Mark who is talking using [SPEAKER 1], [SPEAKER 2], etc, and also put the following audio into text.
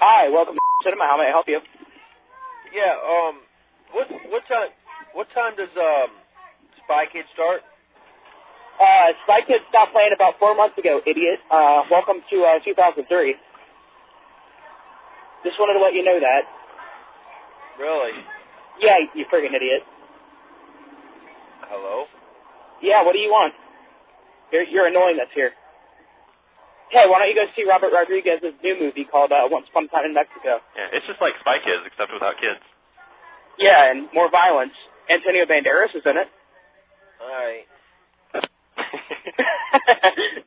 [SPEAKER 1] Hi, welcome to Cinema. How may I help you?
[SPEAKER 2] Yeah. Um. What what time what time does um Spy Kids start?
[SPEAKER 1] Uh, Spy Kids stopped playing about four months ago, idiot. Uh, welcome to uh, 2003. Just wanted to let you know that.
[SPEAKER 2] Really?
[SPEAKER 1] Yeah, you- you friggin' idiot.
[SPEAKER 2] Hello.
[SPEAKER 1] Yeah, what do you want? You're, you're annoying us here. Hey, why don't you go see Robert Rodriguez's new movie called uh, Once Upon a Time in Mexico?
[SPEAKER 3] Yeah, it's just like Spy Kids except without kids.
[SPEAKER 1] Yeah, and more violence. Antonio Banderas is in it.
[SPEAKER 2] All right.
[SPEAKER 3] All